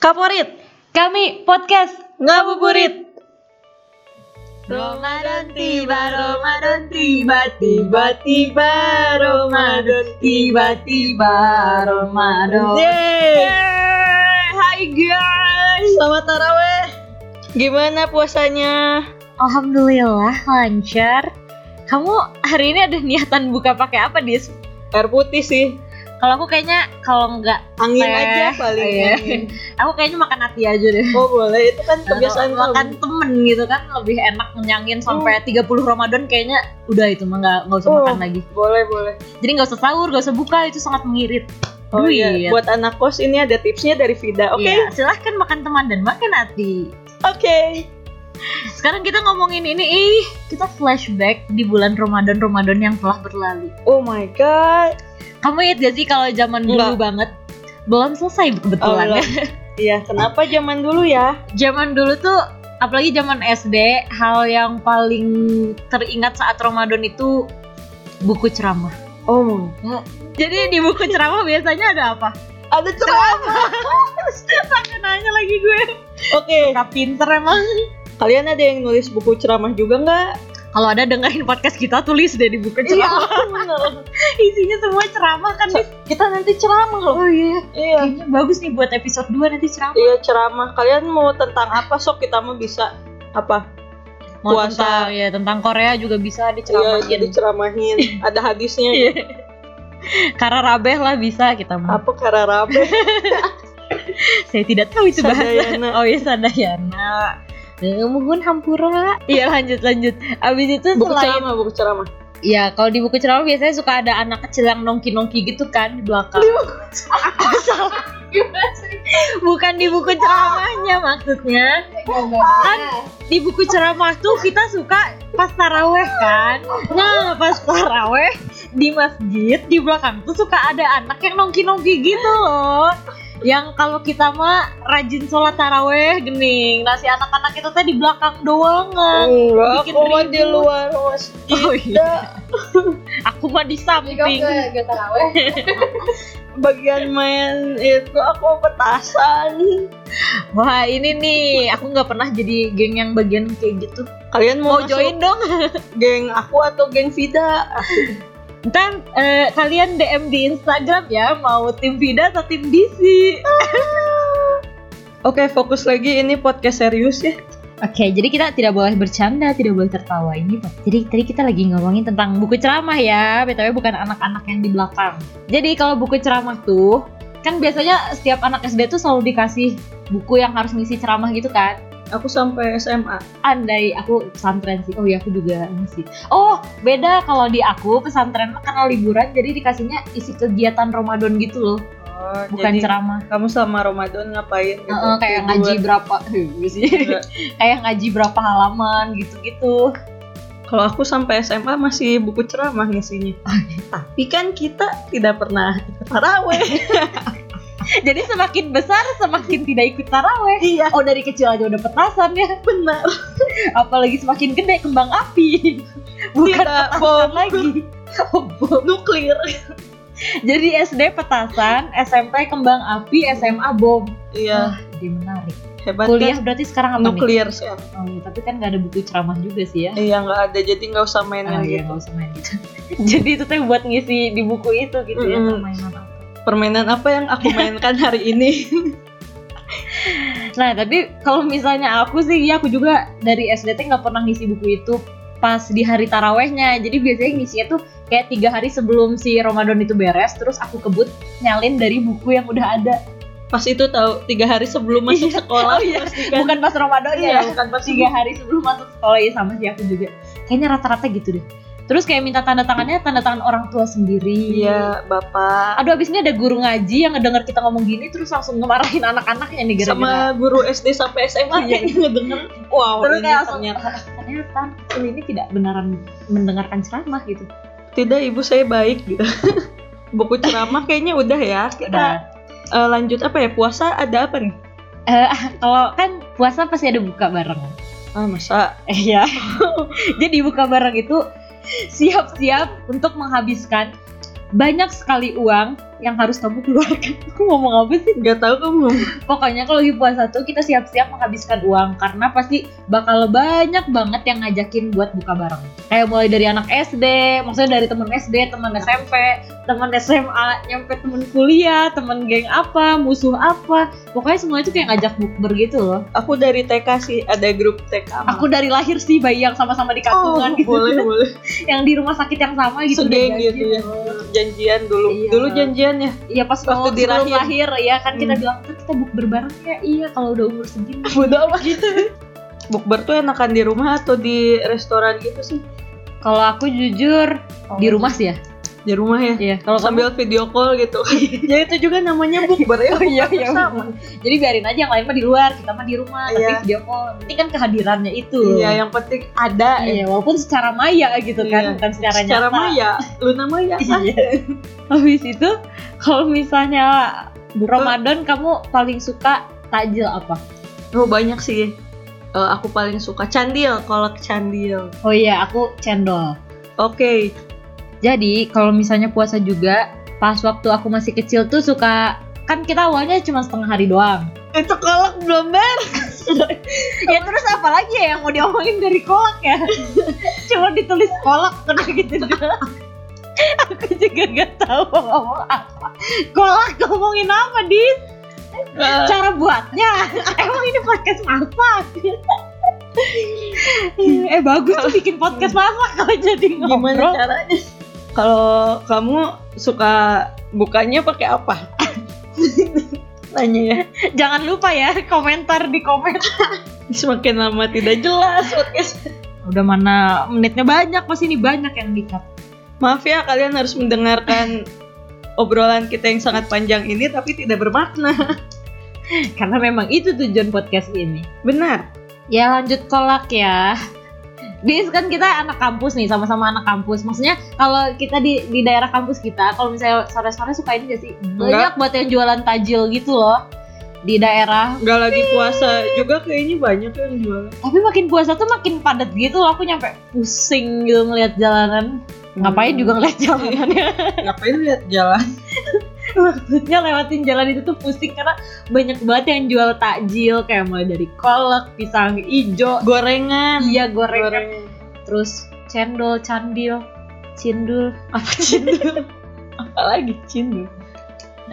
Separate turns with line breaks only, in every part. Kaporit,
Kami podcast
ngabuburit.
Ramadan
tiba, Ramadan tiba, tiba, tiba, Ramadan tiba, tiba, Ramadan. Yeay!
Hai guys.
Selamat taraweh. Gimana puasanya?
Alhamdulillah lancar. Kamu hari ini ada niatan buka pakai apa, Dis?
Air putih sih.
Kalau aku kayaknya kalau nggak,
Angin
Teh.
aja paling.
Iya.
angin.
aku kayaknya makan hati aja deh.
Oh boleh, itu kan kebiasaan
Atau makan
kamu. Hmm.
temen gitu kan lebih enak kenyangin sampai 30 Ramadan kayaknya udah itu mah nggak nggak usah
Oh.
makan lagi.
Boleh, boleh.
Jadi nggak usah sahur, nggak usah buka itu sangat mengirit.
Oh
Duit.
iya, buat anak kos ini ada tipsnya dari Vida. Oke,
Iya, silahkan makan teman dan makan hati.
oke.
Sekarang kita ngomongin ini, ih, kita flashback di bulan Ramadan-Ramadan yang telah berlalu.
Oh my god.
Kamu ingat gak sih kalau zaman dulu
Enggak.
banget? Belum selesai
Oh,
kebetulan ya.
belum. Iya, kenapa zaman dulu ya?
Zaman dulu tuh apalagi zaman SD, hal yang paling teringat saat Ramadan itu buku ceramah.
Oh,
Jadi di buku ceramah biasanya ada apa?
ada ceramah.
Sampai nanya lagi gue.
Oke,
Gak pinter emang.
kalian ada yang nulis buku ceramah juga nggak?
Kalau ada dengerin podcast kita tulis deh di
Iya.
buku ceramah.
bener.
Isinya semua ceramah kan. Dis?
Kita nanti ceramah loh.
Oh iya.
Iya.
Kayaknya bagus nih buat episode 2 nanti ceramah.
Iya ceramah. Kalian mau tentang apa sok kita mau bisa apa?
mau
puasa.
tentang ya tentang Korea juga bisa
Iya,
diceramahin
jadi ceramahin. ada hadisnya.
Iya. karena rabeh lah bisa kita mah
Apa kararabe?
saya tidak tahu itu bahasa
Sadayana.
oh iya sadayana Eh, Muhun hampura iya lanjut lanjut abis itu
Buku
selain
ceramah, buku ceramah.
ya kalau di buku ceramah biasanya suka ada anak kecil yang nongki nongki gitu kan di belakang Salah. bukan di buku ceramahnya maksudnya kan di buku ceramah tuh kita suka pas taraweh kan nah pas taraweh di masjid di belakang tuh suka ada anak yang nongki nongki gitu loh yang kalau kita mah rajin sholat taraweh gening nah si anak-anak itu teh di belakang doangan
Enggak,
bikin
aku mah di
ribut.
luar masjid.
oh iya aku mah di samping
Bagian main itu aku petasan.
wah ini nih aku nggak pernah jadi geng yang bagian kayak gitu
Kalian
mau
mau, masuk
join dong
geng aku atau geng Vida?
Ntar eh, kalian DM di Instagram ya mau tim Vida atau tim DC.
Oke, fokus lagi ini podcast serius ya.
Oke, jadi kita tidak boleh bercanda, tidak boleh tertawa ini. Pak. Jadi tadi kita lagi ngomongin tentang buku ceramah ya, btw bukan anak-anak yang di belakang. Jadi kalau buku ceramah tuh kan biasanya setiap anak SD tuh selalu dikasih buku yang harus ngisi ceramah gitu kan.
Aku sampai SMA.
andai aku pesantren sih oh iya aku juga ini sih oh beda kalau di aku pesantren mah karena liburan jadi dikasihnya isi kegiatan Ramadan gitu loh
Oh,
bukan ceramah
kamu sama Ramadan ngapain gitu?
Heeh, kayak ngaji berapa Iya sih
Enggak.
kayak ngaji berapa halaman gitu-gitu
Kalau aku sampai SMA masih buku ceramah ngisinya.
Oh, iya.
Tapi kan kita tidak pernah ikut taraweh.
jadi semakin besar semakin tidak ikut taraweh
iya,
oh dari kecil aja udah petasan ya
benar.
apalagi semakin gede kembang api bukan
Tidak,
petasan
bom.
lagi Oh, bom.
Nuklir.
jadi SD petasan SMP kembang api SMA bom Ah,
Iya,
jadi menarik
hebat
Oh, kuliah
kan?
berarti sekarang apa nih?
Nuklir sih.
Oh iya, tapi kan nggak ada buku ceramah juga sih ya.
Iya, nggak ada jadi nggak usah mainin
Oh iya,
gitu.
nggak usah main gitu. Jadi itu tuh buat ngisi di buku itu gitu ya,
Mm-mm.
permainan apa.
Permainan apa yang aku mainkan hari ini?
Nah, tapi kalau misalnya aku sih, ya aku juga dari SD tuh nggak pernah ngisi buku itu pas di hari tarawehnya. Jadi biasanya ngisinya tuh kayak tiga hari sebelum si Ramadan itu beres, terus aku kebut nyalin dari buku yang udah ada.
Pas itu tahu tiga hari sebelum masuk
Iya.
sekolah
Oh iya.
pasti kan.
Bukan pas Ramadan
Iya,
ya,
bukan pas
tiga hari sebelum masuk sekolah ya sama sih aku juga kayaknya rata-rata gitu deh terus kayak minta tanda tangannya tanda tangan orang tua sendiri
Iya, Bapak.
aduh abis ini ada guru ngaji yang ngedenger kita ngomong gini terus langsung ngemarahin anak-anaknya nih gara-gara
sama guru SD sampai SMA
Iya.
yang ngedenger wow
terus
ini
kayak langsung
ternyata
"Ah, ternyata anak kecil ini tidak beneran mendengarkan ceramah gitu
tidak ibu saya baik gitu buku ceramah kayaknya udah ya kita
Nah,
eh, lanjut apa ya puasa ada apa nih
kalau kan puasa pasti ada buka bareng
ah masa
Iya. Jadi buka bareng itu siap-siap untuk menghabiskan banyak sekali uang yang harus kamu keluarkan. Aku ngomong apa sih?
Gak tau kamu ngomong.
Pokoknya kalau lagi puasa tuh kita siap-siap menghabiskan uang karena pasti bakal banyak banget yang ngajakin buat buka bareng. Kayak mulai dari anak SD, maksudnya dari temen SD, temen SMP, temen SMA, nyampe temen kuliah, temen geng apa, musuh apa. Pokoknya semua itu kayak ngajak bukber gitu loh.
Aku dari TK sih ada grup TK.
Aku dari lahir sih bayi yang sama-sama di
oh,
kampungan gitu.
boleh boleh.
Yang di rumah sakit yang sama gitu. udah
Sedih gitu ya. Janjian dulu.
Iya.
Dulu janjian ya.
Iya pas
Waktu
waktu
di
sebelum
rahim.
lahir ya kan kita
Hmm.
bilang "Ntar kita bukber bareng ya iya kalau udah umur segini
Bodoh amat gitu. Bukber tuh enakan di rumah atau di restoran gitu sih?
kalau aku jujur
Oh,
di rumah sih ya
Di rumah ya.
iya kalau kamu-
Sambil video call gitu. ya itu juga namanya bukber ya.
Oh, iya,
bukan
iya,
sama.
jadi biarin aja yang lain mah di luar kita mah di rumah tapi
Iya.
video call penting kan kehadirannya itu
Iya, yang penting ada ya.
Iya, walaupun secara maya gitu
Iya.
kan bukan secara,
Secara
nyata
maya, Luna maya. Ah,
Iya. habis itu kalau misalnya Ramadan kamu paling suka takjil apa
Oh banyak sih. Eh, aku paling suka candil, kolak candil.
oh iya aku cendol
Oke,
Jadi kalau misalnya puasa juga, pas waktu aku masih kecil tuh suka kan kita awalnya cuma setengah hari doang.
itu kolak belum beres.
ya terus apa lagi ya yang mau diomongin dari kolak ya? cuma ditulis kolak udah gitu doang. aku juga gak tahu mau ngomong apa. Kolak ngomongin apa, Dis?
Eh.
Cara buatnya. Emang ini podcast masak? eh bagus tuh bikin podcast masak kalau jadi
Gimana
ngobrol.
caranya? Kalau kamu suka bukanya pakai apa? Tanya ya.
Jangan lupa ya komentar di komen.
Semakin lama tidak jelas podcast.
Udah mana menitnya banyak pasti ini banyak yang dikat.
Maaf ya kalian harus mendengarkan obrolan kita yang sangat panjang ini tapi tidak bermakna.
Karena memang itu tujuan podcast ini.
Benar.
Ya lanjut kolak ya. Dis kan kita anak kampus nih sama-sama anak kampus. Maksudnya kalau kita di di daerah kampus kita, kalau misalnya sore-sore suka ini gak sih? Banyak buat yang jualan tajil gitu loh di daerah.
Gak lagi puasa juga kayaknya banyak yang jual.
Tapi makin puasa tuh makin padat gitu loh. Aku nyampe pusing gitu ngeliat jalanan.
Hmm.
Ngapain juga ngeliat jalanan ya?
Ngapain lihat jalan?
maksudnya lewatin jalan itu tuh pusing karena banyak banget yang jual takjil kayak mulai dari kolak, pisang ijo,
Gorengan.
iya gorengan, terus cendol, candil, cindul,
apa cindul apalagi cindul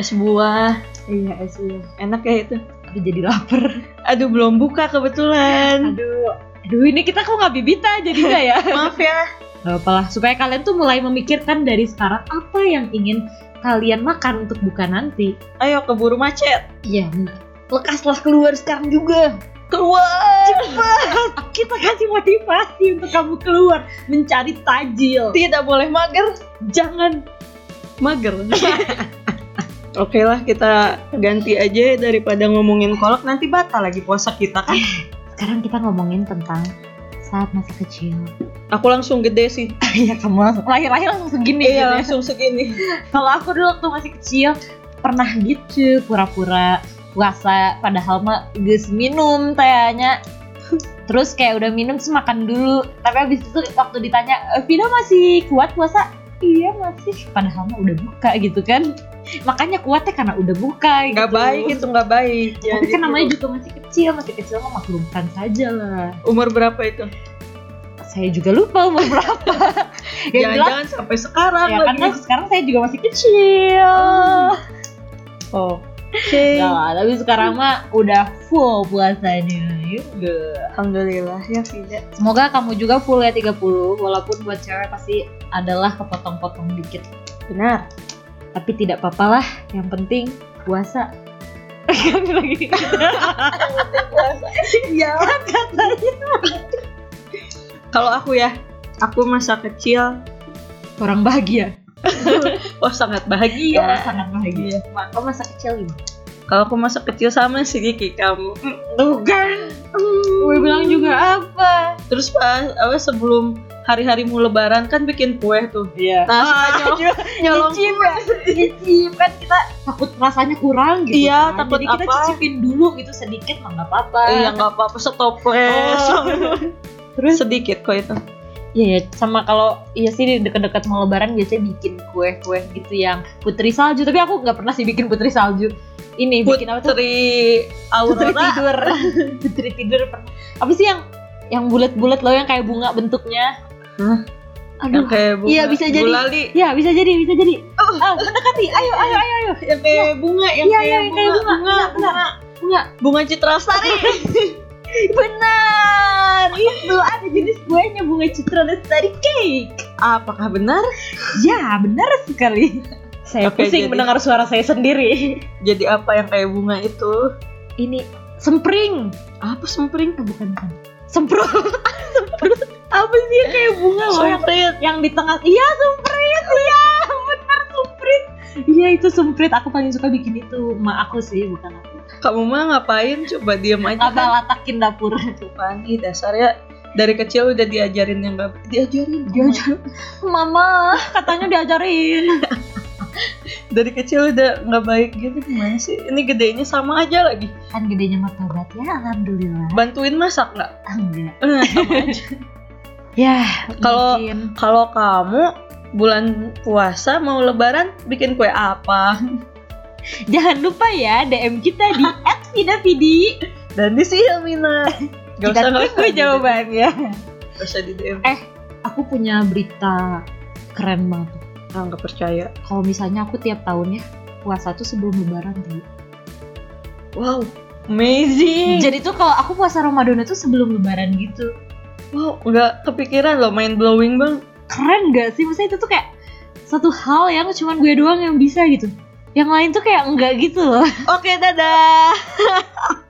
es buah
iya es buah.
enak ya itu
Aduh jadi lapar.
aduh belum buka kebetulan
Aduh, aduh ini kita kok nggak bibita jadinya ya.
maaf ya
Gak apalah supaya kalian tuh mulai memikirkan dari sekarang apa yang ingin kalian makan untuk buka nanti.
ayo keburu macet
Iya benar. Lekaslah keluar sekarang juga.
keluar
Kita kasih motivasi untuk kamu keluar mencari tajil.
tidak boleh mager
Jangan
mager Oke lah kita ganti aja daripada ngomongin kolak nanti batal lagi puasa kita kan.
Sekarang kita ngomongin tentang saat masa kecil.
Aku langsung gede sih.
Iya kamu langsung lahir-lahir langsung segini.
Iya
gitu ya.
langsung segini.
Kalau aku dulu waktu masih kecil pernah gitu pura-pura puasa padahal mah geus minum tayanya. Terus kayak udah minum terus makan dulu. Tapi abis itu waktu ditanya, "Eh, Vina masih kuat puasa? Iya masih. Padahal mah udah buka gitu kan. Makanya kuatnya karena udah buka.
Gak
gitu.
baik itu gak baik. Jangan
Tapi kan
gitu.
namanya juga masih kecil, masih kecil mah maklumkan saja lah.
umur berapa itu?
saya juga lupa umur berapa. Yang jelas
Jangan-jangan sampai sekarang
ya
lagi.
karena sekarang saya juga masih kecil.
Hmm. Oke.
Nah, tapi sekarang mah udah full puasanya. Ya enggak.
Alhamdulillah ya tidak.
Semoga kamu juga full ya 30 walaupun buat cewek pasti adalah kepotong-potong dikit.
Benar.
Tapi tidak apa-apalah, yang penting puasa. Kan lagi.
Iya Kalau aku ya, aku masa kecil,
Orang bahagia.
oh sangat
Orang
bahagia.
sangat bahagia. Kau Iya. masa kecil gimana?
Kalau aku masa kecil sama sih kayak kamu.
Tuh kan. Gue bilang juga apa?
Terus pas apa sebelum hari-hari mau lebaran kan bikin kue tuh.
Iya.
Nah, suka nyolong, nyolong
nyolong cicip cicip kan kita takut rasanya kurang gitu
Iya,
kan.
takut
jadi kita
apa.
cicipin dulu gitu sedikit
oh,
mah nggak apa-apa
Iya nggak apa-apa setoples.
Oh. terus
Sedikit kok itu.
Iya, ya, sama kalau iya sih di deket-deket mau lebaran biasanya bikin kue-kue gitu yang putri salju. Tapi aku nggak pernah sih bikin putri salju. Ini bikin apa tuh?
Putri
Putri
Aurora.
tidur. putri tidur. per- Apa sih yang yang bulat-bulat loh yang kayak bunga bentuknya?
Hah?
Aduh.
kayak bunga.
Iya, bisa jadi.
Gulali.
Ya bisa jadi, bisa jadi. Ah, mendekati. Ayo, ayo, ayo, ayo.
Yang kayak bunga, yang
Iya,
kayak,
iya, yang
bunga,
kayak bunga.
bunga,
Benar, benar. Bunga.
bunga citrasari.
Benar. Itu ada jenis kuenya bunga citra dari cake.
Apakah benar?
Ya, benar sekali. Saya
Oke,
pusing
jadi-
mendengar suara saya sendiri.
Jadi apa yang kayak bunga itu?
Ini sempring.
Apa sempring?
Eh, bukan, bukan. Semprot. Semprot. Apa sih yang kayak bunga loh yang,
Semprit.
yang di tengah? Iya, semprit. Iya, benar semprit. Iya, itu semprit. Aku paling suka bikin itu. Ma aku sih, bukan aku.
Kamu mah ngapain? Coba diam aja.
Abah latakin dapur.
Tuh, Fani dasarnya ya. dari kecil udah diajarin yang gak diajarin diajarin
Mama, katanya diajarin.
dari kecil udah nggak baik gitu gimana sih ini gedenya sama aja lagi
Kan gedenya martabat ya, alhamdulillah.
bantuin masak nggak
Ah, Enggak.
Eh, sama aja.
Ya,
Kalau-
mungkin.
kalau kamu bulan puasa mau lebaran bikin kue apa
jangan lupa ya DM kita di @vidavidi.
dan di Silmina Gak
Kita
gak
tunggu
di-
jawabannya.
Gak usah di DM
Aku punya berita keren banget.
Ah, nggak percaya
kalau misalnya aku tiap tahun ya puasa tuh sebelum lebaran tuh.
wow amazing
Jadi tuh kalau aku puasa Ramadan itu sebelum lebaran gitu.
wow nggak kepikiran loh main blowing bang
Keren gak sih? Maksudnya itu tuh kayak satu hal yang cuman gue doang yang bisa gitu. Yang lain tuh kayak enggak gitu loh.
oke dadah